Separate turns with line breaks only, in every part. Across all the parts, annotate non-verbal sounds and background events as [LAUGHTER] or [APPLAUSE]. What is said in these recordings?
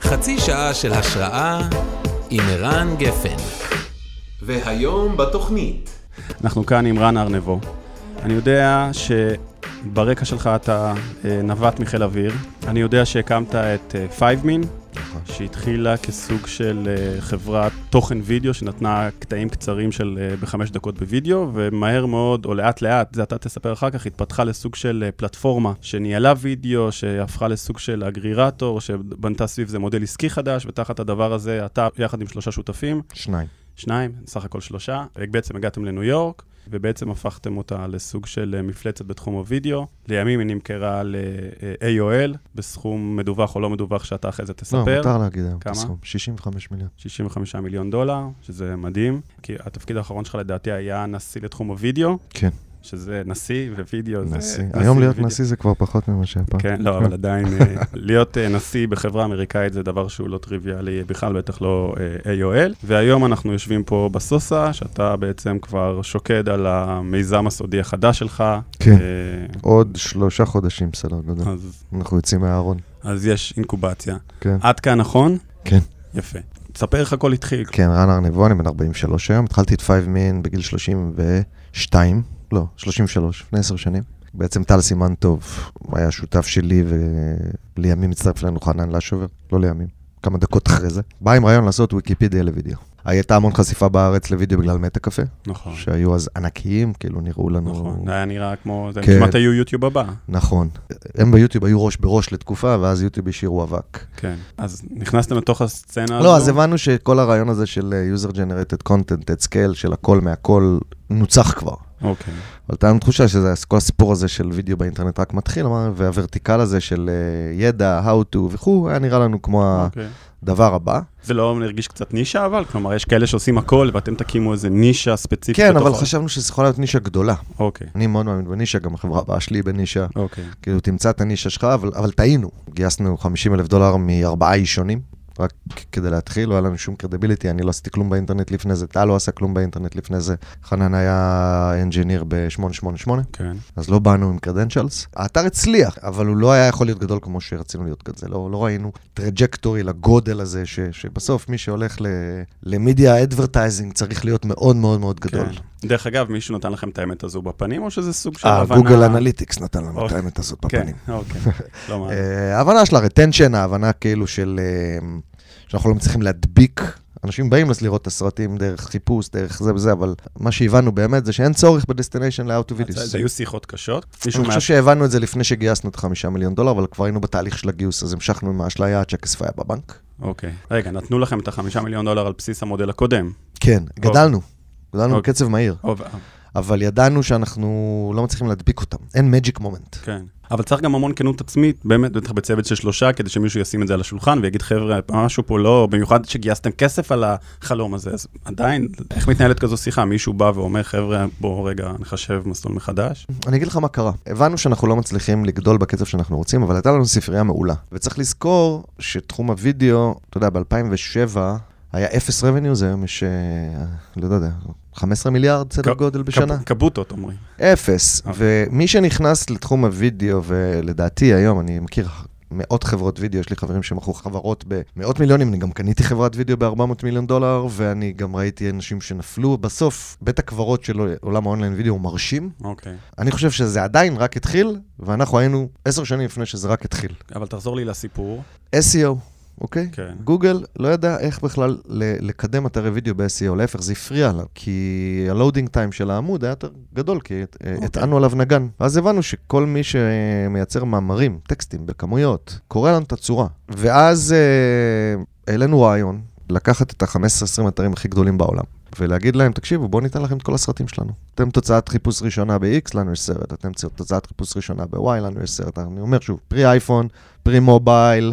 חצי שעה של השראה עם ערן גפן.
והיום בתוכנית.
אנחנו כאן עם רן ארנבו. אני יודע שברקע שלך אתה אה, נווט מחיל אוויר. אני יודע שהקמת את אה, FiveMin, שהתחילה כסוג של אה, חברת תוכן וידאו, שנתנה קטעים קצרים של אה, בחמש דקות בווידאו, ומהר מאוד, או לאט לאט, זה אתה תספר אחר כך, התפתחה לסוג של אה, פלטפורמה שניהלה וידאו, שהפכה לסוג של אגרירטור, שבנתה סביב זה מודל עסקי חדש, ותחת הדבר הזה אתה, יחד עם שלושה שותפים,
שניים.
שניים, סך הכל שלושה. בעצם הגעתם לניו יורק, ובעצם הפכתם אותה לסוג של אה, מפלצת בתחום הווידאו. לימים היא נמכרה אה, ל-AOL, בסכום מדווח או לא מדווח שאתה אחרי זה
לא,
תספר.
מותר להגיד היום את
כמה?
הסכום. 65 מיליון.
65 מיליון דולר, שזה מדהים, כי התפקיד האחרון שלך לדעתי היה נשיא לתחום הווידאו,
כן, שזה
שזה נשיא ווידאו. זה-
נשיא. היום להיות
ווידאו.
נשיא זה כבר פחות ממה שהיה פעם.
אה, כן, לא, אבל עדיין, אה, להיות אה, נשיא בחברה אמריקאית זה דבר שהוא לא טריוויאלי בכלל, בטח לא אה, AOL. והיום אנחנו יושבים פה בסוסה, שאתה בעצם כבר שוקד על המיזם הסודי החדש שלך.
כן.
אה,
עוד שלושה חודשים, סדר גודל.
אז-
אנחנו יוצאים מהארון.
אז יש אינקובציה.
כן.
עד כאן נכון?
כן.
יפה. תספר איך הכל התחיל.
כן, רן ארנבו, אני בן 43 היום. התחלתי את פייב מין בגיל 32, לא, 33, לפני 10 שנים. בעצם טל סימן טוב היה שותף שלי, ולימים הצטרף אלינו חנן לשובר, לא לימים, כמה דקות אחרי זה. בא עם רעיון לעשות ויקיפדיה לוידאו. הייתה המון חשיפה בארץ לוידאו בגלל מטה קפה,
נכון.
שהיו אז ענקיים, כאילו נראו לנו...
נכון, זה היה נראה כמו, זה
כן.
כמעט היו יוטיוב הבא.
נכון. הם ביוטיוב היו ראש בראש לתקופה, ואז יוטיוב השאירו אבק.
כן. אז נכנסתם לתוך הסצנה הזו?
לא, אז הבנו שכל הרעיון הזה של user generated content at scale, של הכל מהכל, נוצח כבר.
אוקיי.
אבל הייתה לנו תחושה שזה, כל הסיפור הזה של וידאו באינטרנט רק מתחיל, אמרנו, והוורטיקל הזה של אה, ידע, how to וכו', היה נראה לנו כמו
אוקיי.
הדבר הבא.
זה לא הרגיש קצת נישה אבל? כלומר, יש כאלה שעושים הכל ואתם תקימו איזה נישה ספציפית.
כן,
בתוך
אבל
ה-
חשבנו שזה יכול להיות נישה גדולה.
אוקיי,
אני מאוד מאמין בנישה, גם החברה הבאה שלי היא בנישה.
אוקיי.
כאילו, תמצא את הנישה שלך, אבל, אבל טעינו. גייסנו 50 אלף דולר מארבעה איש שונים, רק כדי להתחיל, לא היה לנו שום קרדיביליטי, אני לא עשיתי כלום באינטרנט לפני זה, טל לא עשה כלום באינטרנט לפני זה, חנן היה אנג'יניר ב-888,
כן.
אז לא באנו עם קרדנצ'לס. האתר הצליח, אבל הוא לא היה יכול להיות גדול כמו שרצינו להיות גדול, זה לא, לא ראינו טרג'קטורי לגודל הזה, ש, שבסוף מי שהולך ל- למידיה אדברטייזינג צריך להיות מאוד מאוד מאוד גדול.
כן. דרך אגב, מישהו נתן לכם את האמת הזו בפנים, או שזה סוג של
אה,
הבנה?
גוגל אנליטיקס נתן לנו את
אוקיי.
האמת הזאת בפנים.
כן,
[LAUGHS]
אוקיי. לא מה.
אה, ההבנה של הרטנשן, ההבנה כאילו של... אה, שאנחנו לא מצליחים להדביק. אנשים באים אז לראות את הסרטים דרך חיפוש, דרך זה וזה, אבל מה שהבנו באמת זה שאין צורך בדסטיניישן לאוטו
אז
וידאוס.
היו שיחות קשות. מישהו
אני
מה...
חושב שהבנו את זה לפני שגייסנו את החמישה מיליון דולר, אבל כבר היינו בתהליך של הגיוס, אז המשכנו עם האשליה עד שהכסף היה בבנק.
אוקיי. רגע, נתנו לכם את החמישה מיליון דולר על בסיס המודל הקודם.
כן, גדלנו. גדלנו
אוקיי.
בקצב מהיר,
או, אה,
אבל ידענו שאנחנו לא מצליחים להדביק אותם. אין magic moment.
כן. אבל צריך גם המון כנות עצמית, באמת, בטח בצוות של שלושה, כדי שמישהו ישים את זה על השולחן ויגיד, חבר'ה, משהו פה לא, במיוחד שגייסתם כסף על החלום הזה, אז עדיין, איך מתנהלת כזו שיחה? מישהו בא ואומר, חבר'ה, בואו רגע, נחשב מסלול מחדש?
אני אגיד לך מה קרה. הבנו שאנחנו לא מצליחים לגדול בקצב שאנחנו רוצים, אבל הייתה לנו ספרייה מעולה. וצריך לזכור שתחום הוידאו, אתה יודע, ב-2007 היה אפס revenues, היום יש, אה, לא יודע, 15 מיליארד סדר
כ-
גודל בשנה.
קב- קבוטות אומרים.
אפס.
אוקיי.
ומי שנכנס לתחום הוידאו, ולדעתי היום, אני מכיר מאות חברות וידאו, יש לי חברים שמכרו חברות במאות מיליונים, אני גם קניתי חברת וידאו ב-400 מיליון דולר, ואני גם ראיתי אנשים שנפלו. בסוף, בית הקברות של עולם האונליין וידאו הוא מרשים.
אוקיי.
אני חושב שזה עדיין רק התחיל, ואנחנו היינו עשר שנים לפני שזה רק התחיל.
אבל תחזור לי לסיפור.
SEO, אוקיי?
כן.
גוגל לא ידע איך בכלל ל- לקדם אתרי וידאו ב-SEO, להפך, זה הפריע לה, כי הלואודינג טיים של העמוד היה יותר גדול, כי הט-
אוקיי.
הטענו עליו נגן. ואז הבנו שכל מי שמייצר מאמרים, טקסטים, בכמויות, קורא לנו את הצורה. ואז אה, העלינו רעיון לקחת את ה-15-20 אתרים הכי גדולים בעולם. ולהגיד להם, תקשיבו, בואו ניתן לכם את כל הסרטים שלנו. אתם תוצאת חיפוש ראשונה ב-X, לנו יש סרט, אתם תוצאת חיפוש ראשונה ב-Y, לנו יש סרט. אני אומר שוב, פרי אייפון, פרי מובייל,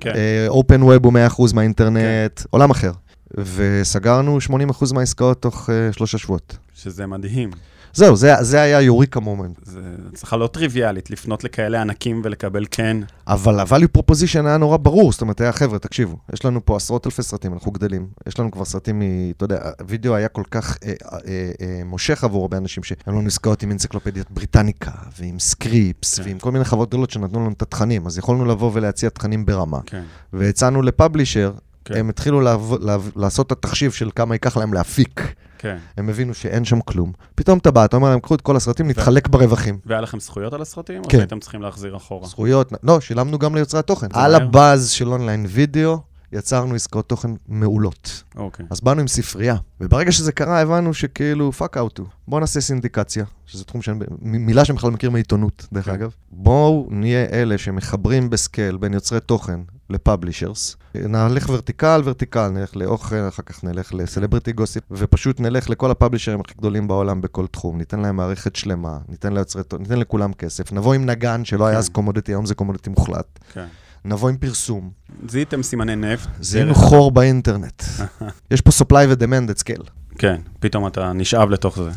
כן.
אה. אופן ווב הוא 100% מהאינטרנט, עולם אחר. וסגרנו 80% מהעסקאות תוך אה, שלושה שבועות.
שזה מדהים.
זהו, זה, זה היה יוריקה מומנט.
זו הצלחה לא טריוויאלית, לפנות לכאלה ענקים ולקבל כן.
אבל ה-value proposition היה נורא ברור, זאת אומרת, היה חבר'ה, תקשיבו, יש לנו פה עשרות אלפי סרטים, אנחנו גדלים, יש לנו כבר סרטים, מ- אתה יודע, הווידאו היה כל כך אה, אה, אה, מושך עבור הרבה אנשים, שהיו לנו עסקאות עם אנציקלופדיית בריטניקה, ועם סקריפס,
כן.
ועם כל מיני חברות גדולות שנתנו לנו את התכנים, אז יכולנו לבוא ולהציע תכנים ברמה.
כן.
והצענו לפאבלישר,
כן.
הם התחילו לעב, לעב, לעשות את התחשיב של כמה ייקח להם להפיק.
כן.
הם הבינו שאין שם כלום. פתאום אתה בא, אתה אומר להם, קחו את כל הסרטים, נתחלק ברווחים.
והיה לכם זכויות על הסרטים? או
כן.
שהייתם צריכים להחזיר אחורה?
זכויות, לא, שילמנו גם ליוצרי התוכן.
זה
על
מהר.
הבאז של אונליין וידאו, יצרנו עסקאות תוכן מעולות.
אוקיי.
אז באנו עם ספרייה, וברגע שזה קרה הבנו שכאילו, פאק אאוטו. בואו נעשה סינדיקציה, שזה תחום שאני, מ- מילה שאני בכלל מכיר מעיתונות, דרך
כן.
אגב. בואו נהיה אלה שמחברים בסקייל בין יוצרי תוכן לפאבלישרס. נלך ורטיקל, ורטיקל, נלך לאוכל, אחר כך נלך לסלבריטי גוסיפ, ופשוט נלך לכל הפאבלישרים הכי גדולים בעולם בכל תחום. ניתן להם מערכת שלמה, ניתן, ליוצרי, תוכן- ניתן לכולם כסף. נבוא עם נגן, שלא היה
כן.
אז קומודיטי, היום זה קומודיטי מוחלט.
כן.
נבוא עם פרסום.
זיהיתם סימני נפט.
זיהינו
דרך-
חור באינטרנט.
[LAUGHS]
יש פה supply ו-demand at scale.
כן, פתאום אתה נשאב לתוך זה.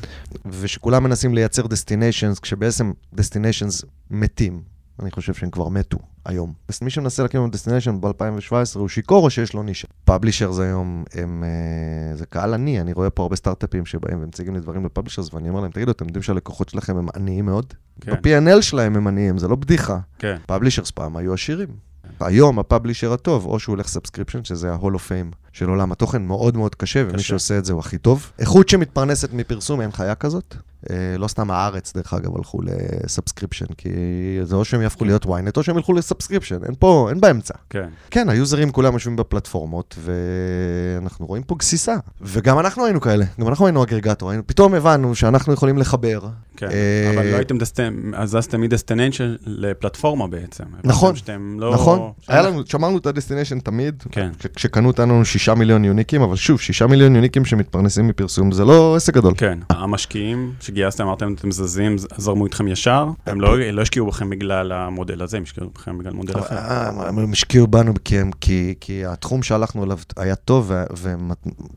ושכולם מנסים לייצר destinations, כשבעצם destinations מתים. אני חושב שהם כבר מתו היום. אז מי שמנסה להקים היום destination ב-2017 הוא שיכור או שיש לו נישה. פאבלישרס היום הם... אה, זה קהל עני, אני רואה פה הרבה סטארט-אפים שבאים ומציגים לי דברים בפאבלישרס, ואני אומר להם, תגידו, אתם יודעים שהלקוחות שלכם הם עניים מאוד?
כן,
ב-P&L שלהם הם עניים, זה לא בדיחה.
כן.
פאבלישרס פעם היו עשירים. היום הפאבלישר הטוב, או שהוא הולך סאבסקריפשן, שזה ה-Hall of Fame של עולם התוכן, מאוד מאוד קשה, ומי
קשה.
שעושה את זה הוא הכי טוב. איכות שמתפרנסת מפרסום, אין חיה כזאת. אה, לא סתם הארץ, דרך אגב, הלכו לסאבסקריפשן, כי זה או שהם יהפכו להיות ynet, או שהם ילכו לסאבסקריפשן, אין פה, אין באמצע.
כן.
כן, היוזרים כולם יושבים בפלטפורמות, ואנחנו רואים פה גסיסה. וגם אנחנו היינו כאלה, גם אנחנו היינו אגרגטור, היינו, פתאום הבנו שאנחנו יכולים לחבר.
כן,
אה,
אבל לא הייתם, דסט- הזזתם מדסטיניישן לפלטפורמה בעצם. הבנתם
נכון,
שאתם לא...
נכון, היה לנו, שמרנו את הדסטיניישן תמיד,
כן,
כש- כשקנו אותנו שישה מיליון יוניקים, אבל שוב, שישה מיליון יוניקים שמתפרנסים מפרסום, זה לא עסק גדול.
כן. המשקיעים שגייסתם, אמרתם, אתם זזים, ז- זרמו איתכם ישר. הם לא לא השקיעו בכם בגלל המודל הזה, הם השקיעו בכם בגלל מודל אחר.
אה, הם השקיעו בנו כי הם- כי- כי התחום שהלכנו אליו היה טוב, וה- והם-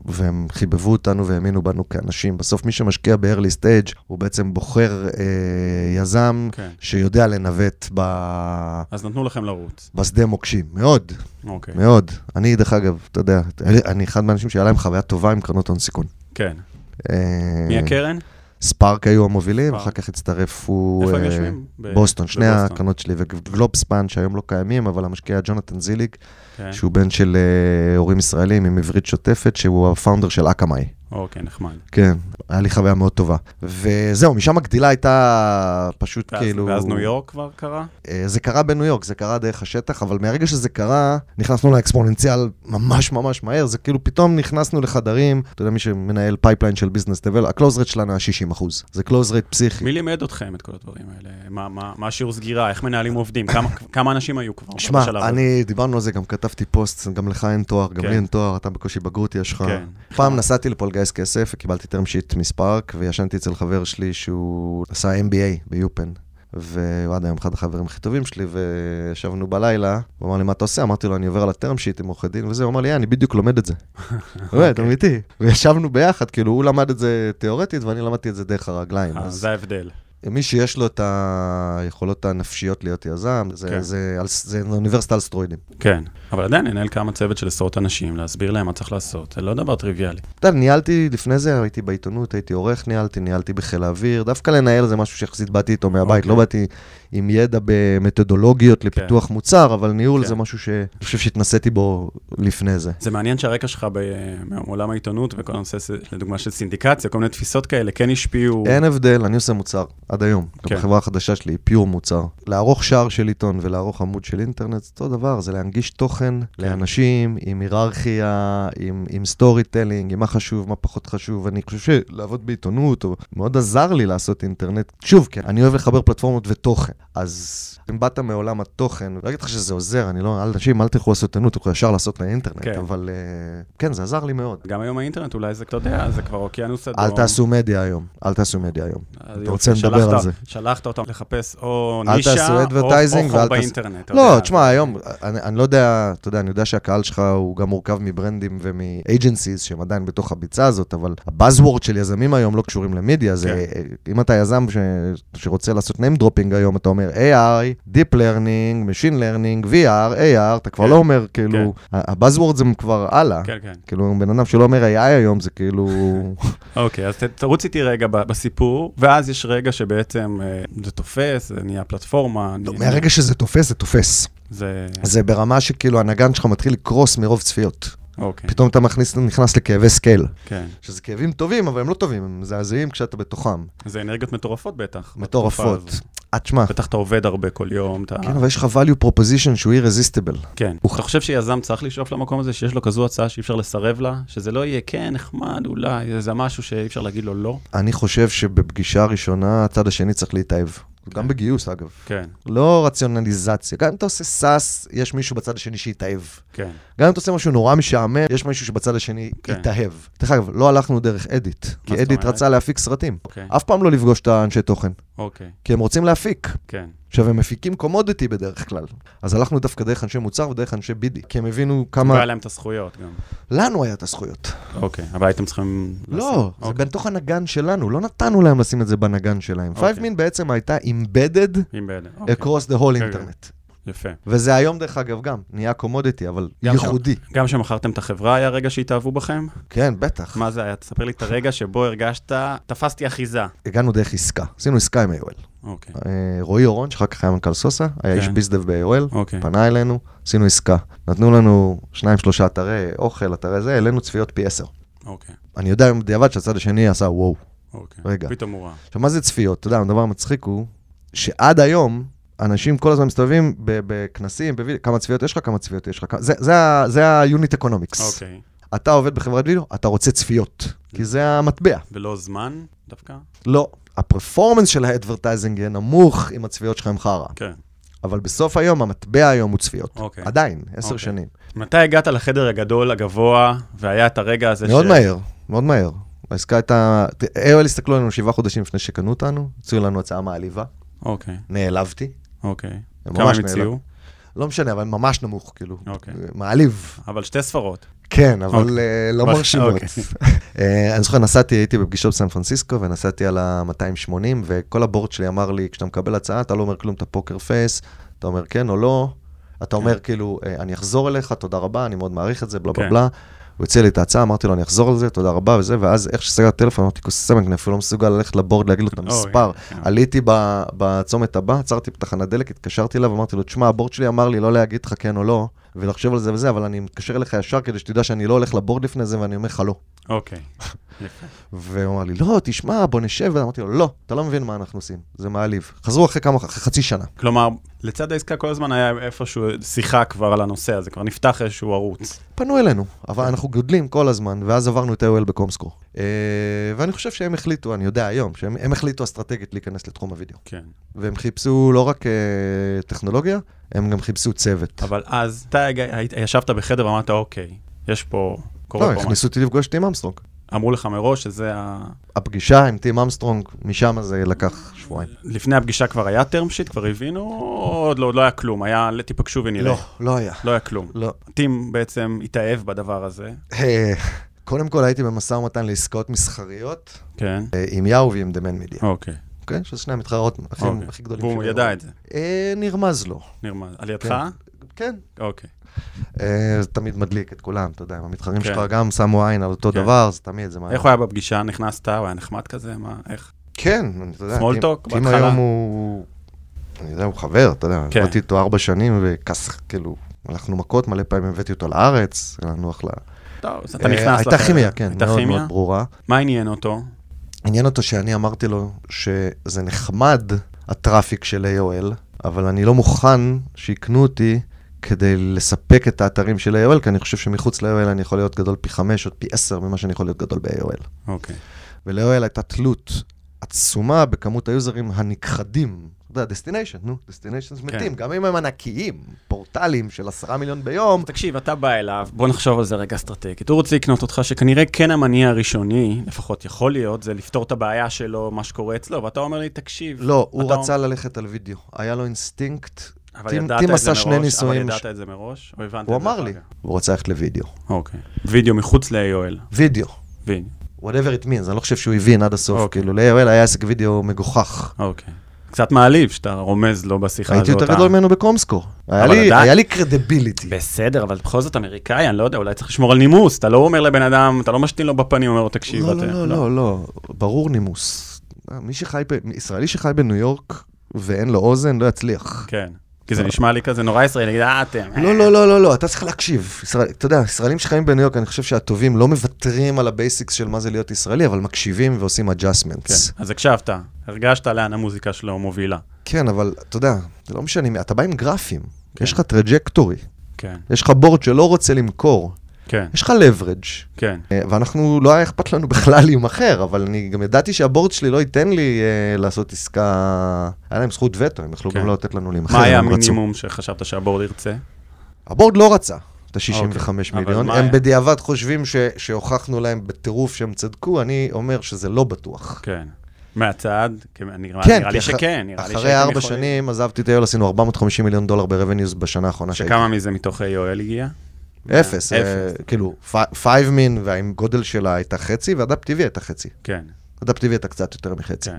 והם חיבבו אותנו והאמינו בנו כאנשים. בסוף מי שמשקיע ב-early stage, הוא בעצם בוחר אה, יזם
כן.
שיודע לנווט ב-
אז נתנו לכם לרוץ.
בשדה מוקשים, מאוד,
אוקיי.
מאוד. אני, דרך אגב, אתה יודע, אני אחד מהאנשים שהיה להם חוויה טובה עם קרנות הון סיכון.
כן.
אה,
מי הקרן?
ספארק היו המובילים,
ספארק.
אחר כך הצטרפו...
איפה הם
אה,
יושבים? ב-
בוסטון, שני
בבוסטון.
הקרנות שלי, וגלובספן שהיום לא קיימים, אבל המשקיע ג'ונתן זיליג,
כן.
שהוא בן של אה, הורים ישראלים עם עברית שוטפת, שהוא הפאונדר של אקמאי.
אוקיי, נחמד.
כן, היה לי חוויה מאוד טובה. וזהו, משם הגדילה הייתה פשוט
ואז-
כאילו...
ואז ניו יורק כבר קרה?
אה, זה קרה בניו יורק, זה קרה דרך השטח, אבל מהרגע שזה קרה, נכנסנו לאקספוננציאל ממש ממש מהר, זה כאילו פתאום נכנסנו לחדרים, אתה יודע, מי שמנהל פייפליין של ביזנס דבל, הקלוז רייט שלנו היה 60 אחוז, זה קלוז רייט פסיכי.
מי לימד אתכם את כל הדברים האלה? מה- מה מה השיעור סגירה? איך מנהלים עובדים? כמה- כמה אנשים היו כבר
שמע,
בשלב הזה?
אני, דיברנו על זה, גם כתבתי פוסט, גם לך אין תואר, גם
כן.
לי אין תואר, אתה בקושי בגרות יש לך.
כן.
פעם נסעתי לפה לגייס כסף, קיבלתי term sheet מספארק, וישנתי אצל חבר שלי שהוא עשה MBA ביופן. והוא עד היום אחד החברים הכי טובים שלי, וישבנו בלילה, הוא אמר לי, מה אתה עושה? אמרתי לו, אני עובר על הטרם שיט עם עורכי דין וזה, הוא אמר לי, "אה, אני בדיוק לומד
[LAUGHS]
את זה. באמת,
אוקיי.
אמיתי. וישבנו ביחד, כאילו, הוא למד את זה תיאורטית, ואני למדתי את זה דרך הרגליים.
אה,
אז-
זה ההבדל.
מי שיש לו את היכולות הנפשיות להיות יזם, זה,
כן.
כן. זה, זה, זה אוניברסיטה על סטרואידים.
כן, אבל עדיין לנהל כמה צוות של עשרות אנשים, להסביר להם מה צריך לעשות, זה לא דבר טריוויאלי.
אתה יודע, ניהלתי לפני זה, הייתי בעיתונות, הייתי עורך, ניהלתי, ניהלתי בחיל האוויר. דווקא לנהל זה משהו שיחסית באתי איתו מהבית,
אוקיי.
לא באתי עם ידע במתודולוגיות לפיתוח מוצר, אבל ניהול
כן.
זה משהו שאני חושב שהתנסיתי בו לפני זה.
זה מעניין שהרקע שלך ב... מעולם העיתונות וכל הנושא, ס- לדוגמה של סינדיקציה, כל מיני תפיסות כאלה, כן השפיעו...
אין הבדל, אני עושה מוצר, עד היום.
כן.
גם החברה החדשה שלי היא פיור מוצר. לערוך שער של עיתון ולערוך עמוד של אינטרנט, זה אותו דבר, זה להנגיש תוכן
כן.
לאנשים עם היררכיה, עם, עם סטורי טלינג, עם מה חשוב, מה פחות חשוב. אני חושב שלעבוד בעיתונות, או, מאוד עזר לי לעשות אינטרנט. שוב, כן, אני אוהב לחבר פלטפורמות ותוכן. אז אם באת מעולם התוכן, לא אגיד לך שזה עוזר, אני לא, אל- אנשים, אל תלכו לעשות עיתונות, תלכו ישר לעשות לאינטרנט,
כן.
אבל אה, כן, זה עזר לי מאוד.
גם היום האינטרנט אולי זה, אתה יודע, זה כבר אוקיינוס אדום.
אל תעשו מדיה היום, אל תעשו מדיה היום.
אז
אתה
יופי,
רוצה
שלחת
לדבר לדבר על זה.
שלחת אותם לחפש או
אל
נישה,
תעשו
או
advertising
חור
ואל תעשו-
באינטרנט. אתה
לא,
יודע.
תשמע, היום, אני, אני לא יודע, אתה יודע, אני יודע שהקהל שלך הוא גם מורכב מברנדים ומ-agencies שהם עדיין בתוך הביצה הזאת, אבל הבאזוורד של יזמים היום לא קשורים למדיה, זה אה,
כן.
אם אתה יזם ש, שרוצה לעשות name dropping היום, אתה אומר AI, Deep Learning, Machine Learning, VR, AR, אתה כבר
כן.
לא אומר, כאילו, הבאזוורד זה כבר הלאה.
כן, כן.
כאילו, בן אדם שלא אומר AI היום, זה
[LAUGHS]
כאילו...
אוקיי, אז ת- תרוץ איתי רגע ב- בסיפור, ואז יש רגע שבעצם אה, זה תופס, זה נהיה פלטפורמה.
לא,
נהיה-
מהרגע שזה תופס, זה תופס.
זה...
זה ברמה שכאילו הנגן שלך מתחיל לקרוס מרוב צפיות.
אוקיי,
פתאום אתה מכניס, נכנס לכאבי סקייל.
כן.
שזה כאבים טובים, אבל הם לא טובים, הם מזעזעים כשאתה בתוכם.
זה אנרגיות מטורפות בטח. בתקופה
מטורפות.
הזאת.
אה, תשמע,
בטח אתה עובד הרבה כל יום, אתה...
כן, אבל יש לך value proposition שהוא irresistible.
כן. אתה חושב שיזם צריך לשאוף למקום הזה, שיש לו כזו הצעה שאי אפשר לסרב לה? שזה לא יהיה כן, נחמד, אולי, זה משהו שאי אפשר להגיד לו לא?
אני חושב שבפגישה הראשונה, הצד השני צריך להתאהב. גם בגיוס, אגב.
כן,
לא רציונליזציה. גם אם אתה עושה סאס, יש מישהו בצד השני שיתאהב.
כן.
גם אם אתה עושה משהו נורא משעמם, יש מישהו שבצד השני
כן.
יתאהב. דרך אגב, לא הלכנו דרך אדיט,
זאת
כי אדיט
אומרת?
רצה להפיק סרטים.
אוקיי,
אף פעם לא לפגוש את האנשי תוכן,
אוקיי,
כי הם רוצים להפיק.
כן.
עכשיו, הם מפיקים קומודיטי בדרך כלל. אז הלכנו דווקא דרך אנשי מוצר ודרך אנשי בידי, כי הם הבינו כמה...
והיה להם את הזכויות גם.
לנו היה את הזכויות.
אוקיי, אבל הייתם צריכים...
לא,
לעשות-
זה
אוקיי,
בתוך הנגן שלנו, לא נתנו להם לשים את זה בנגן שלהם.
אוקיי.
5min בעצם הייתה embedded
עם באלה. אוקיי,
across the whole
כן.
internet.
יפה.
וזה היום, דרך אגב, גם, נהיה קומודיטי, אבל
גם שם.
ייחודי.
גם כשמכרתם את החברה היה רגע שהתאהבו בכם?
כן, בטח.
מה זה היה? תספר לי את הרגע שבו הרגשת, תפסתי אחיזה.
הגענו דרך עסקה, עשינו עסקה עם AOL.
אוקיי,
אה, רועי אורון, שאחר כך היה מנכ"ל סוסה, היה
כן.
איש ביזדב ב-AOL,
אוקיי.
פנה אלינו, עשינו עסקה. נתנו לנו שניים, שלושה אתרי אוכל, אתרי זה, העלינו צפיות פי עשר.
אוקיי,
אני יודע היום בדיעבד שהצד השני עשה וואו.
אוקיי.
רגע.
פתאום הוא ראה.
עכשיו, מה זה צפיות? אתה יודע, הדבר המצחיק הוא שעד היום אנשים כל הזמן מסתובבים ב- בכנסים, בווידאו, כמה צפיות יש לך, כמה צפיות יש לך. כמה- זה- זה ה- זה ה-unit economics.
אוקיי.
אתה עובד בחברת וידאו, אתה רוצה צפיות, כי זה המטבע.
ולא זמן דווקא?
לא. הפרפורמנס של האדברטייזינג יהיה נמוך אם הצפיות שלך הם חרא.
כן.
אבל בסוף היום, המטבע היום הוא צפיות.
אוקיי.
עדיין, עשר
אוקיי.
שנים.
מתי הגעת לחדר הגדול, הגבוה, והיה את הרגע הזה
מאוד מהר, מאוד מהר. העסקה הייתה... AOL הסתכלו עלינו שבעה חודשים לפני שקנו אותנו, הציעו לנו הצעה מעליבה,
אוקיי,
נעלבתי.
אוקיי.
הם
כמה
ממש
הם הציעו?
לא משנה, אבל ממש נמוך, כאילו.
אוקיי.
מעליב.
אבל שתי ספרות.
כן, אבל
אוקיי.
אה, לא
אוקיי,
מרשימות.
אוקיי.
[LAUGHS] אה, אני זוכר, נסעתי, הייתי בפגישות בסן פרנסיסקו, ונסעתי על ה-280, וכל הבורד שלי אמר לי, כשאתה מקבל הצעה, אתה לא אומר כלום, אתה פוקר פייס, אתה אומר כן או לא,
כן.
אתה אומר כאילו, "אה, אני אחזור אליך, תודה רבה, אני מאוד מעריך את זה, בלה בלה
כן.
בלה. הוא הציע לי את ההצעה, אמרתי לו, אני אחזור על זה, תודה רבה וזה, ואז איך שסגר הטלפון, אמרתי, כוס סמק, אני אפילו לא מסוגל ללכת לבורד להגיד לו את
אוי,
המספר.
כן.
עליתי ב- בצומת הבא, עצרתי בתחנת דלק, התקשרתי אליו, אמרתי לו, תשמע, הבורד שלי אמר לי לא להגיד לך כן או לא, ולחשוב על זה וזה, אבל אני מתקשר אליך ישר כדי שתדע שאני לא הולך לבורד לפני זה, ואני אומר לך לא.
אוקיי.
והוא אמר לי, לא, תשמע, בוא נשב, ואמרתי לו, לא, אתה לא מבין מה אנחנו עושים, זה מעליב. חזרו אחרי כמה, אחרי חצי שנה.
כלומר, לצד העסקה כל הזמן היה איפשהו שיחה כבר על הנושא הזה, כבר נפתח איזשהו ערוץ.
פנו אלינו, אבל אנחנו גודלים כל הזמן, ואז עברנו את AOL בקומסקור. אה, ואני חושב שהם החליטו, אני יודע היום, שהם הם החליטו אסטרטגית להיכנס לתחום הוידאו.
כן.
והם חיפשו לא רק אה, טכנולוגיה, הם גם חיפשו צוות.
אבל אז, אתה הגע- היית- ישבת בחדר ואמרת, אוקיי, יש פה, קורה פה
לא,
משהו.
הכניסו אותי לפגוש את טים אמסטרונג.
אמרו לך מראש שזה ה...
הפגישה עם טים אמסטרונג, משם זה לקח שבועיים.
לפני הפגישה כבר היה term sheet, כבר הבינו, או עוד לא, עוד לא היה כלום, היה "ל- תיפגשו ונראה.
לא היה.
לא היה כלום.
לא.
טים בעצם התאהב בדבר הזה.
אה, קודם כל הייתי במשא ומתן לעסקאות מסחריות
כן.
אה, עם יאו ועם דמן מידיה,
אוקיי.
אוקיי? שזה שני המתחרות הכי-
אוקיי.
הכי גדולים.
והוא
שלי
ידע
בעולם.
את זה,
אה, נרמז לו.
נרמז. על ידך?
כן. כן.
אוקיי.
אה, זה תמיד מדליק את כולם, אתה יודע, עם המתחרים
כן.
שלך גם שמו עין על אותו
כן.
דבר, זה תמיד, זה מעניין.
איך הוא היה בפגישה? נכנסת? הוא היה נחמד כזה? מה? איך?
כן, אתה יודע.
Small
טים-
talk
טים
בהתחלה.
היום הוא... אני יודע, הוא חבר, אתה יודע,
כן.
עבדתי איתו ארבע שנים וכס, כאילו, הלכנו מכות מלא פעמים, הבאתי אותו לארץ, היה לנו אחלה.
טוב, אז אתה
אה,
נכנס
הייתה
לחדר.
כימיה, כן,
הייתה
מאוד
כימיה?
מאוד ברורה.
מה עניין אותו?
עניין אותו שאני אמרתי לו שזה נחמד, הטראפיק של AOL, אבל אני לא מוכן שיקנו אותי כדי לספק את האתרים של AOL, כי אני חושב שמחוץ ל-AOL אני יכול להיות גדול פי חמש או פי עשר ממה שאני יכול להיות גדול ב-AOL.
אוקיי.
ול-AOL הייתה תלות עצומה בכמות היוזרים הנכחדים. אתה יודע, דסטיניישן, נו, דסטיניישנס
כן.
מתים, גם אם הם ענקיים, פורטלים של עשרה מיליון ביום,
תקשיב, אתה בא אליו, בוא נחשוב על זה רגע אסטרטגית. הוא רוצה לקנות אותך, שכנראה כן המניע הראשוני, לפחות יכול להיות, זה לפתור את הבעיה שלו, מה שקורה אצלו, ואתה אומר לי, תקשיב.
לא, הוא
אתה-
רצה ללכת על וידאו, היה לו אינסטינקט,
אבל
טים-
ידעת
טים
את זה
עשה שני
מראש,
ניסויים
אבל
ש-
ידעת את זה מראש, או הבנת
הוא
את זה
אמר
אחר
לי,
כך?
הוא רצה ללכת לוידאו,
אוקיי. וידאו מחוץ ל-AOL.
וידאו,
וידאו.
whatever it means, אני לא חושב שהוא הבין עד הסוף,
אוקיי.
כאילו, ל-AOL היה עסק וידאו מגוחך.
אוקיי. קצת מעליב שאתה רומז לו בשיחה הזאת.
הייתי יותר גדול ממנו בקומסקור, היה
אבל
לי-
עדיין-
היה לי קרדיביליטי.
בסדר, אבל בכל זאת אמריקאי, אני לא יודע, אולי צריך לשמור על נימוס. אתה לא אומר לבן אדם, אתה לא משתין לו בפנים, אומר לו, תקשיב,
לא,
אתה...
לא, לא, לא, לא, ברור נימוס. מי שחי, ב... ישראלי שחי בניו יורק ואין לו אוזן, לא יצליח.
כן. כי זה נשמע לי כזה נורא ישראלי, נגיד, אה, אתם...
לא, לא, לא, לא, לא, אתה צריך להקשיב. ישראל... אתה יודע, ישראלים שחיים בניו יורק, אני חושב שהטובים לא מוותרים על הבייסיקס של מה זה להיות ישראלי, אבל מקשיבים ועושים
כן.
adjustments.
אז הקשבת, הרגשת לאן המוזיקה שלו מובילה.
כן, אבל אתה יודע, זה לא משנה, מי- אתה בא עם גרפים. יש לך טראג'קטורי,
כן,
יש לך בורד שלא רוצה למכור,
כן,
יש לך leverage.
כן.
אה, ואנחנו, לא היה אכפת לנו [LAUGHS] בכלל להימכר, אבל אני גם ידעתי שהבורד שלי לא ייתן לי אה, לעשות עסקה... היה להם זכות וטו, הם יכלו
כן.
גם לא לתת לנו להימכר.
מה היה
הם רצו.
המינימום שחשבת שהבורד ירצה?
הבורד לא רצה את ה-65
אוקיי, אבל
מיליון,
מה
הם
היה?
בדיעבד חושבים ש- שהוכחנו להם בטירוף שהם צדקו, אני אומר שזה לא בטוח.
כן. מהצד? כן, נראה
כן,
נראה
כי
לי
אח-
שכן, נראה לי
אחרי
שהייתם
ארבע
יכולים.
שנים עזבתי את היול, עשינו 450 מיליון דולר ברבניוז בשנה האחרונה שהייתי.
שכמה מזה מתוך AOL הגיע?
אפס, אה,
אפס.
כאילו, פייבמין והעם גודל שלה הייתה חצי, והדאפ TV הייתה חצי.
כן,
הדאפ TV הייתה קצת יותר מחצי.
כן.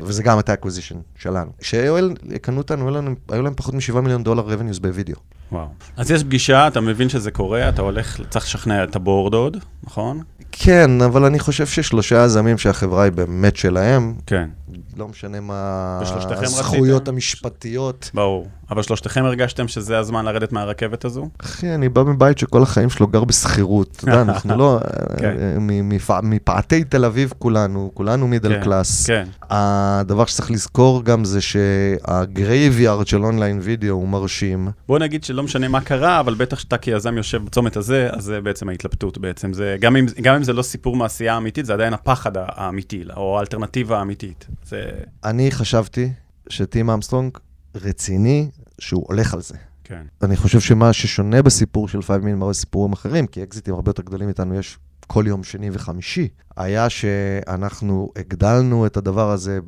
וזה גם הייתה אקוויזישן שלנו. כש-AOL קנו אותנו, היו לנו- היו להם פחות מ-7 מיליון דולר רבניוס בווידאו.
וואו. אז יש פגישה, אתה מבין שזה קורה, אתה הולך, צריך לשכנע את הבורד עוד, נכון?
כן, אבל אני חושב ששלושה יזמים שהחברה היא באמת שלהם,
כן,
לא משנה מה
ושלושתכם
הזכויות
רציתם?
המשפטיות.
ברור. אבל שלושתכם הרגשתם שזה הזמן לרדת מהרכבת הזו?
אחי, אני בא מבית שכל החיים שלו גר בשכירות, אתה יודע, אנחנו לא...
[LAUGHS] כן.
אה, מ- מפע- מפעתי תל אביב כולנו, כולנו מידל
כן,
קלאס.
כן,
הדבר שצריך לזכור גם זה שהגרייביארד של אונליין וידאו הוא מרשים.
בוא נגיד שלא משנה מה קרה, אבל בטח שאתה כיזם יושב בצומת הזה, אז זה בעצם ההתלבטות בעצם. זה, גם, אם, גם אם זה לא סיפור מעשייה אמיתית, זה עדיין הפחד ה- האמיתי, לא, או האלטרנטיבה האמיתית. זה...
אני חשבתי שטים אמסטרונג רציני, שהוא הולך על זה.
כן,
אני חושב שמה ששונה בסיפור של 5 מיליון מראה סיפורים אחרים, כי אקזיטים הרבה יותר גדולים איתנו יש כל יום שני וחמישי, היה שאנחנו הגדלנו את הדבר הזה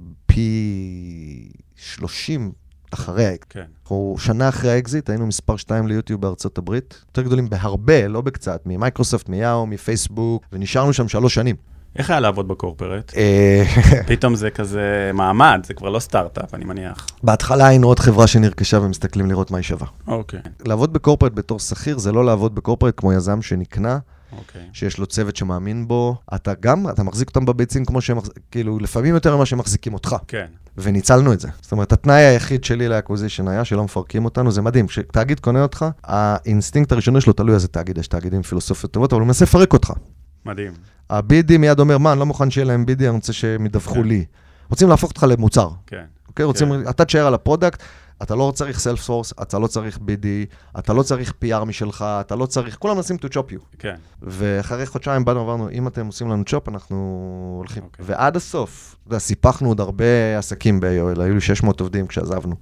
פי 30 אחרי האקזיט.
כן,
אנחנו שנה אחרי האקזיט היינו מספר 2 ליוטיוב בארצות הברית, יותר גדולים בהרבה, לא בקצת, ממייקרוסופט, מיהו, מפייסבוק, ונשארנו שם שלוש שנים.
איך היה לעבוד
[LAUGHS]
בקורפרט?
אה,
פתאום זה כזה מעמד, זה כבר לא סטארט-אפ, אני מניח.
בהתחלה היינו עוד חברה שנרכשה ומסתכלים לראות מה היא שווה.
אוקיי,
לעבוד בקורפרט בתור שכיר זה לא לעבוד בקורפרט כמו יזם שנקנה,
אוקיי.
שיש לו צוות שמאמין בו. אתה גם, אתה מחזיק אותם בביצים כמו שהם, מחז- כאילו, לפעמים יותר ממה שהם מחזיקים אותך.
כן,
וניצלנו את זה. זאת אומרת, התנאי היחיד שלי לאקוויזישן היה שלא מפרקים אותנו, זה מדהים. כשתאגיד קונה אותך, האינסטינקט הראשוני שלו תלוי איזה תאגיד, יש תאגידים עם פילוסופיות טובות, אבל הוא מנסה לפרק אותך.
מדהים.
הבידי מיד אומר, מה, אני לא מוכן שיהיה להם בידי, אני רוצה שהם ידווחו
כן.
לי. רוצים להפוך אותך למוצר.
כן,
אוקיי? רוצים, אתה תשאר על הפרודקט, אתה לא צריך סלף סורס, אתה לא צריך BD, אתה לא צריך PR משלך, אתה לא צריך, כולם מנסים to chop you.
כן.
ואחרי חודשיים באנו ואמרנו, אם אתם עושים לנו צ'ופ, אנחנו הולכים. Okay.
אוקיי.
ועד הסוף, אתה יודע, סיפחנו עוד הרבה עסקים ב-AOL, היו לי 600 עובדים כשעזבנו,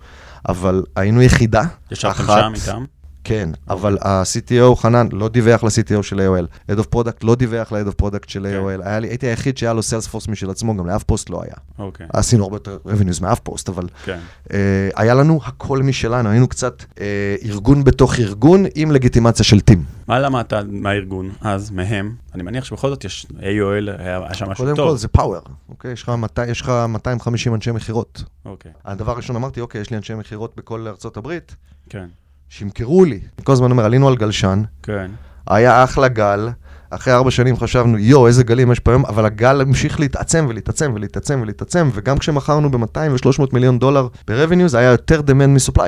אבל היינו יחידה
ישבתם
אחת.
שם איתם?
כן, אבל ה-CTO חנן לא דיווח ל-CTO של AOL, Head of Product לא דיווח ל-Head of Product של
כן.
AOL, היה לי, הייתי היחיד שהיה לו סיילספורס משל עצמו, גם לאף פוסט לא היה.
אוקיי,
עשינו הרבה יותר revenues מאף פוסט, אבל
כן,
אה, היה לנו הכל משלנו, היינו קצת אה, ארגון בתוך ארגון עם לגיטימציה של טים.
מה למדת מהארגון אז, מהם? אני מניח שבכל זאת יש AOL, היה היה שם משהו
קודם
טוב.
כל זה פאוור, אוקיי? יש לך 200 יש לך 250 אנשי מכירות.
אוקיי,
הדבר הראשון אמרתי, אוקיי, יש לי אנשי מכירות בכל ארצות הברית,
כן,
שימכרו לי. אני כל הזמן אומר, עלינו על גלשן,
כן,
היה אחלה גל, אחרי ארבע שנים חשבנו, יואו, איזה גלים יש פה היום, אבל הגל המשיך להתעצם ולהתעצם ולהתעצם ולהתעצם, וגם כשמכרנו ב-200 ו-300 מיליון דולר ב-revenue, זה היה יותר demand מ-supply.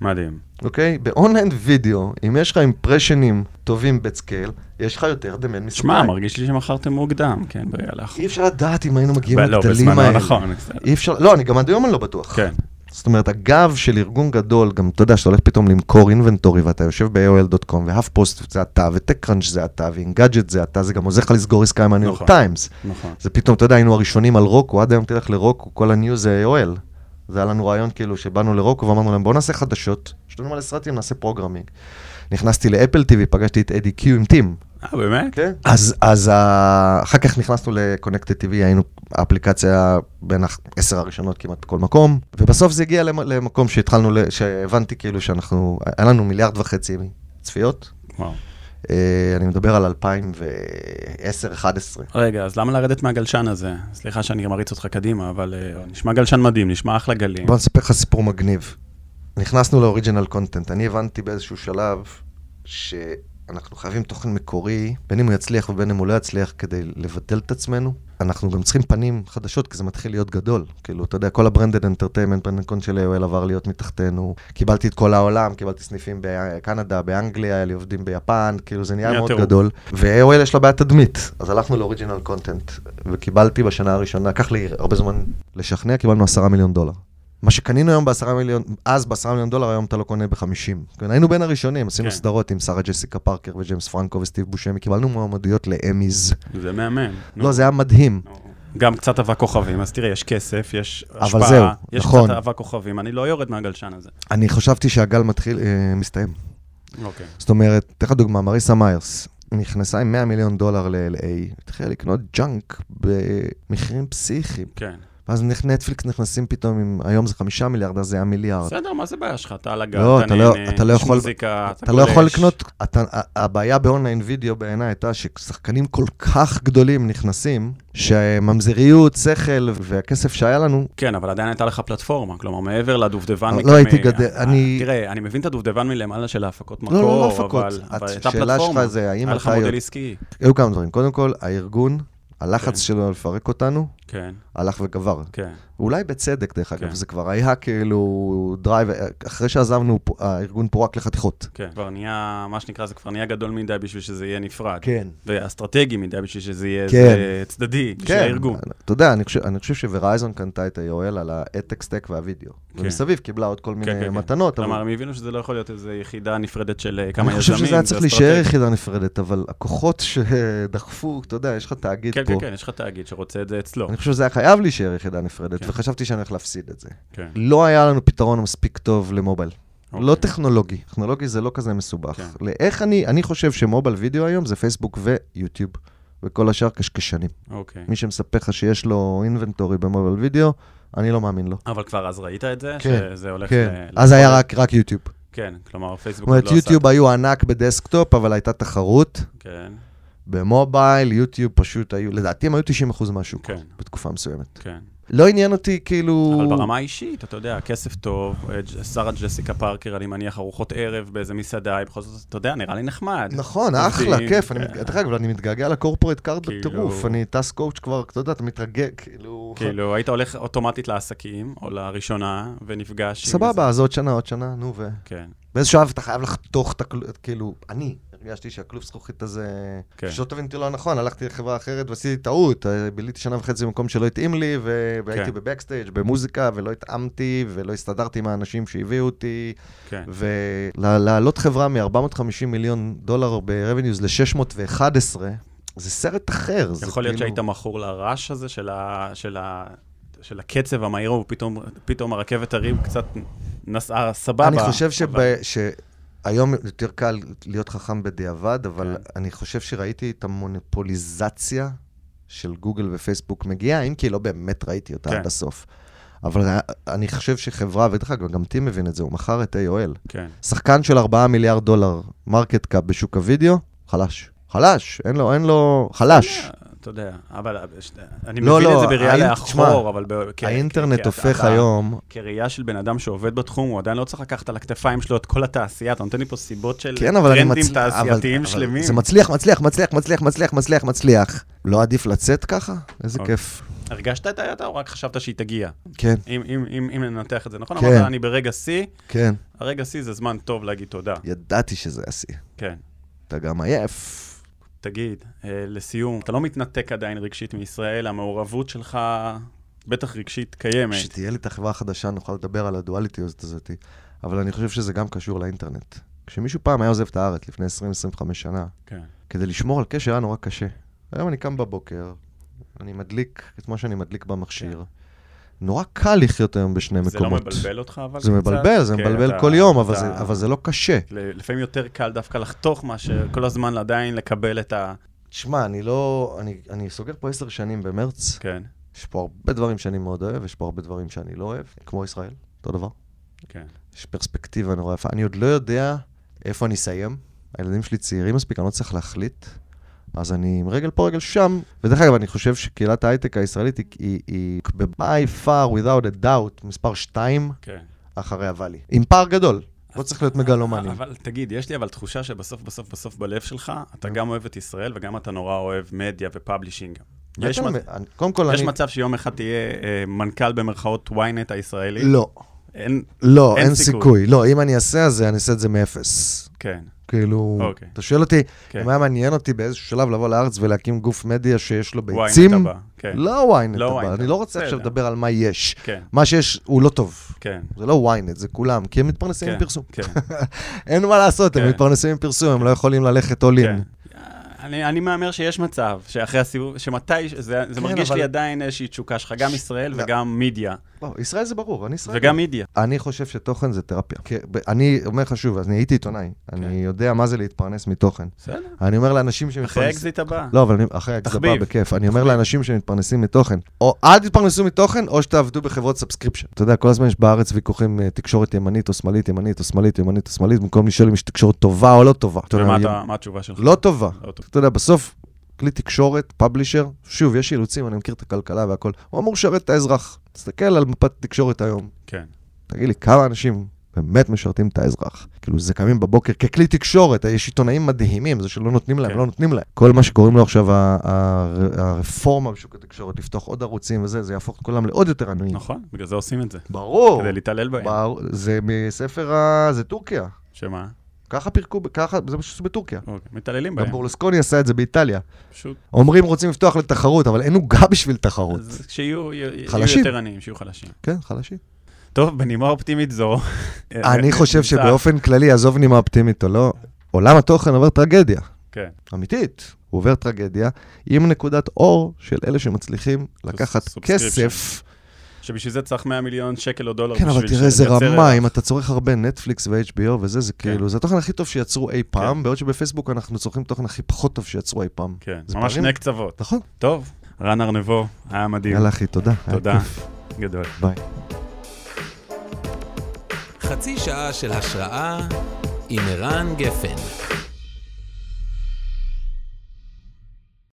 מדהים.
אוקיי? באונליין וידאו, אם יש לך אימפרשנים טובים בסקייל, יש לך יותר דמיין מספק.
שמע, מרגיש לי שמכרתם מוקדם, כן, ברגע
אי
לאחרונה.
אפשר לדעת אה, אם היינו מגיעים
ב- לא,
לגדלים
בזמנו
האלה.
נכון, בסדר.
אי אפשר, לא, אני גם עד היום אני לא בטוח.
כן,
זאת אומרת, הגב של ארגון גדול, גם אתה יודע שאתה הולך פתאום למכור אינבנטורי ואתה יושב ב-AOL.com, והאף פוסט זה אתה, וטק-קראנץ' זה אתה, ואינגאדג'ט זה אתה, זה גם עוזר לך לסגור עסקה עם הניו יורק
נכון.
טיימס.
נכון.
זה פתאום, אתה יודע, היינו הראשונים על רוקו, עד היום תלך לרוקו, כל הניוז זה AOL. זה היה לנו רעיון כאילו שבאנו לרוקו ואמרנו להם בואו נעשה חדשות, יש לנו מלא סרטים, נעשה פרוגרמינג. נכנסתי לאפל TV, פגשתי את אדי קיו עם טים.
אה, באמת?
כן. אז, אז ה- אחר כך נכנסנו ל-Connected TV, היינו האפליקציה בין העשר הראשונות כמעט בכל מקום, ובסוף זה הגיע למ- למקום שהתחלנו, ל- שהבנתי כאילו שאנחנו, היה לנו מיליארד וחצי צפיות.
וואו.
אה, אני מדבר על 2010-2011.
רגע, אז למה לרדת מהגלשן הזה? סליחה שאני מריץ אותך קדימה, אבל אה, נשמע גלשן מדהים, נשמע אחלה גלים.
בוא נספר לך סיפור מגניב. נכנסנו לאוריג'ינל קונטנט, אני הבנתי באיזשהו שלב שאנחנו חייבים תוכן מקורי, בין אם הוא יצליח ובין אם הוא לא יצליח, כדי לבדל את עצמנו. אנחנו גם צריכים פנים חדשות, כי זה מתחיל להיות גדול. כאילו, אתה יודע, כל הברנדד אנטרטיימנט, ברנדקון של AOL עבר להיות מתחתנו. קיבלתי את כל העולם, קיבלתי סניפים בקנדה, באנגליה, היה לי עובדים ביפן, כאילו זה נהיה
נהיה
מאוד
טירוף.
גדול. ו-AOL יש לה בעיית תדמית, אז הלכנו לאוריג'ינל קונטנט, וקיבלתי בשנה הראשונה, לקח לי הרבה זמן לשכנע, קיבלנו עשרה מיליון דולר. מה שקנינו היום בעשרה מיליון, אז בעשרה מיליון דולר, היום אתה לא קונה בחמישים. כן, היינו בין הראשונים, עשינו
כן.
סדרות עם שרה ג'סיקה פארקר וג'יימס פרנקו וסטיב בושמי, קיבלנו מועמדויות לאמיז.
זה מהמם. נו.
לא, זה היה מדהים.
גם קצת אבק כוכבים, אז תראה, יש כסף, יש השפעה,
זהו,
יש
נכון.
קצת אבק כוכבים, אני לא יורד מהגלשן הזה.
אני חשבתי שהגל מתחיל, אה, מסתיים.
אוקיי.
זאת אומרת, אתן לך דוגמה, מריסה מיירס נכנסה עם 100 מיליון דולר ל-LA, התחילה לקנות ג'אנק במחירים פסיכיים.
כן.
ואז נכ- נטפליקס נכנסים פתאום עם, היום זה חמישה מיליארד, אז זה היה מיליארד.
בסדר, מה זה בעיה שלך? אתה על הגב,
לא,
אתה
אתה לא- אתה
נהנה,
לא
יש
יכול-
מוזיקה, אתה
אתה לא יכול
גולש.
לקנות, אתה, ה- הבעיה באונליין וידאו בעיניי הייתה ששחקנים כל כך גדולים נכנסים, שממזריות, שכל והכסף שהיה לנו,
כן, אבל עדיין הייתה לך פלטפורמה, כלומר, מעבר לדובדבן.
לא
מכ-
הייתי
מ-
גדל,
אה,
אני-
תראה, אני מבין את הדובדבן מלמעלה של ההפקות
לא, לא
מקור,
הפקות.
אבל אבל
את-
הייתה
השאלה שלך
פלטפורמה.
זה האם
היה לך
אתה יודע-
מודל עסקי.
היו כמה דברים. קודם כל, הארגון, הלחץ
כן.
שלו לפרק אותנו,
כן,
הלך וגבר.
כן.
אולי בצדק, דרך אגב,
כן.
זה כבר היה כאילו דרייב, אחרי שעזבנו, פו- הארגון פורק לחתיכות.
כן, כבר נהיה, מה שנקרא, זה כבר נהיה גדול מדי בשביל שזה יהיה נפרד.
כן.
ואסטרטגי מדי בשביל שזה יהיה
כן.
איזה צדדי, בשביל הארגון.
אתה יודע, אני חושב, אני חושב שוורייזון קנתה את ה-AOL על האטקסטק והווידאו.
כן.
ומסביב קיבלה עוד כל מיני
כן, כן,
מתנות.
כן.
אבל-
כלומר, הם הבינו שזה לא יכול להיות איזו יחידה נפרדת של אה, כמה יזמים.
אני חושב שזה היה צריך
זה
להישאר
אסטרטגיה.
יחידה נפרדת, אבל הכוחות שדחפו, אתה יודע, יש לך תאגיד
כן,
פה.
כן, כן, יש לך תאגיד שרוצה את זה אצלו.
אני חושב שזה היה חייב להישאר יחידה נפרדת,
כן.
וחשבתי שאני הולך להפסיד את זה.
כן.
לא היה לנו פתרון מספיק טוב למובייל. לא
אוקיי.
טכנולוגי, טכנולוגי זה לא כזה מסובך.
כן.
לאיך אני, אני חושב שמובייל וידאו היום זה פייסבוק ויוטיוב, וכל השאר קשקשנים.
אוקיי.
מי שמספר לך שיש לו אינבנטורי במובייל וידאו, אני לא מאמין לו.
אבל כבר אז ראית את זה?
כן,
שזה הולך
כן,
ל-
אז היה
לפעול?
רק- רק יוטיוב. זאת
כן, כלומר, פייסבוק עוד
אומרת,
לא עשה...
יוטיוב היו ענק בדסקטופ, אבל הייתה תחרות.
כן,
במובייל, יוטיוב פשוט היו, לדעתי הם היו 90% מהשוק
כן.
בתקופה מסוימת.
כן.
לא עניין אותי כאילו...
אבל ברמה האישית, אתה יודע, כסף טוב, אה, ג'- שרה ג'סיקה פארקר, אני מניח, ארוחות ערב באיזה מסעדה, היא בכל זאת, אתה יודע, נראה לי נחמד.
נכון, אחלה, כיף. אני מת- דרך אגב, אני מתגעגע לקורפורט קארד
כן. כאילו-
בטירוף. אני טס קואוץ' כבר, אתה יודע, אתה מתרגל, כאילו...
כאילו, היית הולך אוטומטית לעסקים, או לראשונה, ונפגש עם...
סבבה,
איזה-
אז עוד שנה, עוד שנה, נו, ו...
כן,
באיזשהו שלב אתה חייב לחתוך את הכלוב, כאילו, אני הרגשתי שהכלוב זכוכית הזה...
כן.
שלא תבין אותי לא נכון, הלכתי לחברה אחרת ועשיתי טעות, אה, ביליתי שנה וחצי במקום שלא התאים לי, ו- והייתי
כן.
בבקסטייג' במוזיקה, ולא התאמתי, ולא הסתדרתי עם האנשים שהביאו אותי,
כן.
ולהעלות חברה מ-450 מיליון דולר ב-revenues ל-611, זה סרט אחר. זה
יכול להיות
כאילו-
שהיית מכור לרעש הזה של, ה, של, ה, של הקצב המהיר, ופתאום פתאום הרכבת הרים קצת נסעה סבבה.
אני חושב שב-
אבל-
שהיום יותר קל להיות חכם בדיעבד, אבל
כן.
אני חושב שראיתי את המונופוליזציה של גוגל ופייסבוק מגיעה, אם כי לא באמת ראיתי אותה
כן.
עד הסוף. אבל היה- אני חושב שחברה, ודרך אגב, גם טים מבין את זה, הוא מכר את AOL.
כן,
שחקן של 4 מיליארד דולר מרקט קאפ בשוק הוידאו, חלש. חלש, אין לו, אין לו, חלש.
אתה יודע, אבל ש- אני
לא,
מבין
לא,
את זה בראייה
האינט-
לאחור, אבל... ב- כ-
האינטרנט
כ-
הופך
כ-
היום,
כראייה של בן אדם שעובד בתחום, הוא עדיין לא צריך לקחת על הכתפיים שלו את כל התעשייה, אתה נותן לי פה סיבות של
כן, אבל אני
טרנדים
מצ-
תעשייתיים
אבל- אבל
שלמים.
זה מצליח, מצליח, מצליח, מצליח, מצליח, מצליח, מצליח. לא עדיף לצאת ככה? איזה
אוקיי.
כיף.
הרגשת את הידע או רק חשבת שהיא תגיע?
כן,
אם- אם אם- אם ננתח את זה נכון,
כן.
אמרת, אני ברגע שיא,
כן.
הרגע שיא זה זמן טוב להגיד תודה.
ידעתי שזה השיא.
כן.
אתה גם עייף.
תגיד, אה, לסיום, אתה לא מתנתק עדיין רגשית מישראל, המעורבות שלך בטח רגשית קיימת.
כשתהיה לי את החברה החדשה, נוכל לדבר על הדואליטיות הזאת, אבל אני חושב שזה גם קשור לאינטרנט. כשמישהו פעם היה עוזב את הארץ לפני 20-25 שנה,
כן,
כדי לשמור על קשר היה נורא קשה. היום אני קם בבוקר, אני מדליק את מה שאני מדליק במכשיר, נורא קל לחיות היום בשני
כן. זה לא
מקומות.
מבלבל אותך אבל?
זה
קצת?
מבלבל, זה
כן,
מבלבל
אתה-
כל יום, אבל
אתה-
זה- אבל זה לא קשה.
ל- לפעמים יותר קל דווקא לחתוך מאשר כל הזמן עדיין לקבל את ה...
תשמע, אני לא... אני- אני סוגר פה עשר שנים במרץ.
כן,
יש פה הרבה דברים שאני מאוד אוהב, יש פה הרבה דברים שאני לא אוהב, כמו ישראל, אותו דבר.
כן.
יש פרספקטיבה נורא יפה. אני עוד לא יודע איפה אני אסיים. הילדים שלי צעירים מספיק, אני לא צריך להחליט. אז אני עם רגל פה, רגל שם. ודרך אגב, אני חושב שקהילת ההייטק הישראלית היא, היא, היא ב-by far without a doubt מספר 2
כן.
אחרי הוואלי. עם פער גדול. לא צריך להיות מגלומנים.
אבל תגיד, יש לי אבל תחושה שבסוף בסוף בסוף בלב שלך, אתה גם אוהב את ישראל וגם אתה נורא אוהב מדיה ופאבלישינג. יש
אתה
מצב-
מ- אני- קודם כל,
יש
אני...
מצב שיום אחד תהיה אה, מנכ"ל במרכאות ynet הישראלי?
לא,
אין,
לא,
אין
אין
סיכוי.
סיכוי. לא, אם אני אעשה את זה, אני אעשה את זה מאפס.
כן,
כאילו,
אוקיי.
אתה שואל אותי,
כן.
אם היה מעניין אותי באיזשהו שלב לבוא לארץ ולהקים גוף מדיה שיש לו
ynet
ביצים,
הבא, כן,
לא ynet
לא
הבא,
ynet.
אני לא רוצה עכשיו
בסדר.
לדבר על מה יש.
כן,
מה שיש הוא לא טוב,
כן,
זה לא ynet, זה כולם, כי הם מתפרנסים
כן,
מפרסום. [LAUGHS]
כן,
אין מה לעשות, הם
כן.
מתפרנסים מפרסום, הם לא יכולים ללכת all
כן.
in.
אני, אני מהמר שיש מצב, שאחרי הסיבוב, שמתי, זה, זה
כן,
מרגיש
אבל-
לי עדיין איזושהי תשוקה שלך, גם ישראל
לא.
וגם מידיה,
לא, ישראל זה ברור, אני ישראל.
וגם מידיה.
אני חושב שתוכן זה תרפיה. כי ב- אני אומר לך שוב, אז אני הייתי עיתונאי,
כן.
אני יודע מה זה להתפרנס מתוכן.
בסדר,
אני אומר לאנשים
אחרי
שמתפרנסים...
האקזיט הבא.
לא, אבל אני, אחרי זה בא
תחביב.
בכיף. אני אומר לאנשים שמתפרנסים מתוכן, או אל תתפרנסו מתוכן, או שתעבדו בחברות סאבסקריפשן. אתה יודע, כל הזמן יש בארץ ויכוחים אה, תקשורת ימנית או שמאלית, ימנית או שמאלית, ימנית או שמאלית, במקום לשאול אם יש תקשורת טובה או לא טובה. אתה יודע,
ומה
ימ-
אתה- מה התשובה שלך?
לא טובה.
לא טוב.
אתה יודע, בסוף, כלי תקשורת, פאבלישר, שוב, יש אילוצים, אני מכיר את הכלכלה והכל, הוא אמור לשרת את האזרח. תסתכל על מפת התקשורת היום.
כן,
תגיד לי, כמה אנשים באמת משרתים את האזרח? כאילו, זה קמים בבוקר ככלי תקשורת, יש עיתונאים מדהימים, זה שלא נותנים להם,
כן.
לא נותנים להם. כל מה שקוראים לו עכשיו ה- ה- הרפורמה בשוק התקשורת, לפתוח עוד ערוצים וזה, זה יהפוך את כולם לעוד יותר עניים.
נכון, בגלל זה עושים את זה.
לא. ברור.
כדי להתעלל בהם.
ברור, זה מספר ה... זה טורקיה.
שמה?
ככה פירקו, ככה, זה מה שעשו בטורקיה.
אוקיי, מתעללים
גם
בהם.
בורלסקוני עשה את זה באיטליה.
פשוט,
אומרים רוצים לפתוח לתחרות, אבל אין עוגה [LAUGHS] בשביל תחרות.
אז שיהיו יהיו
חלשים.
יותר עניים, שיהיו חלשים.
כן, חלשים.
אה, טוב, בנימה אופטימית זו. אה,
אני חושב שבאופן כללי, עזוב נימה אופטימית או לא, עולם התוכן עובר טרגדיה.
כן.
אמיתית. הוא עובר טרגדיה עם נקודת אור של אלה שמצליחים לקחת
subscription.
כסף.
שבשביל זה צריך 100 מיליון שקל או דולר
כן, אבל
בשביל
תראה איזה
לייצר
רמה,
ערך.
אם אתה צורך הרבה נטפליקס ו-HBO וזה, זה
כן.
כאילו, זה התוכן הכי טוב שיצרו אי פעם, בעוד שבפייסבוק אנחנו צורכים תוכן הכי פחות טוב שיצרו אי פעם.
כן,
זה
ממש
פערים.
שני קצוות.
נכון.
טוב, רן ארנבו, היה מדהים.
יאללה אחי, תודה. היה
תודה.
כיף.
גדול.
ביי.
חצי שעה של השראה עם ערן גפן.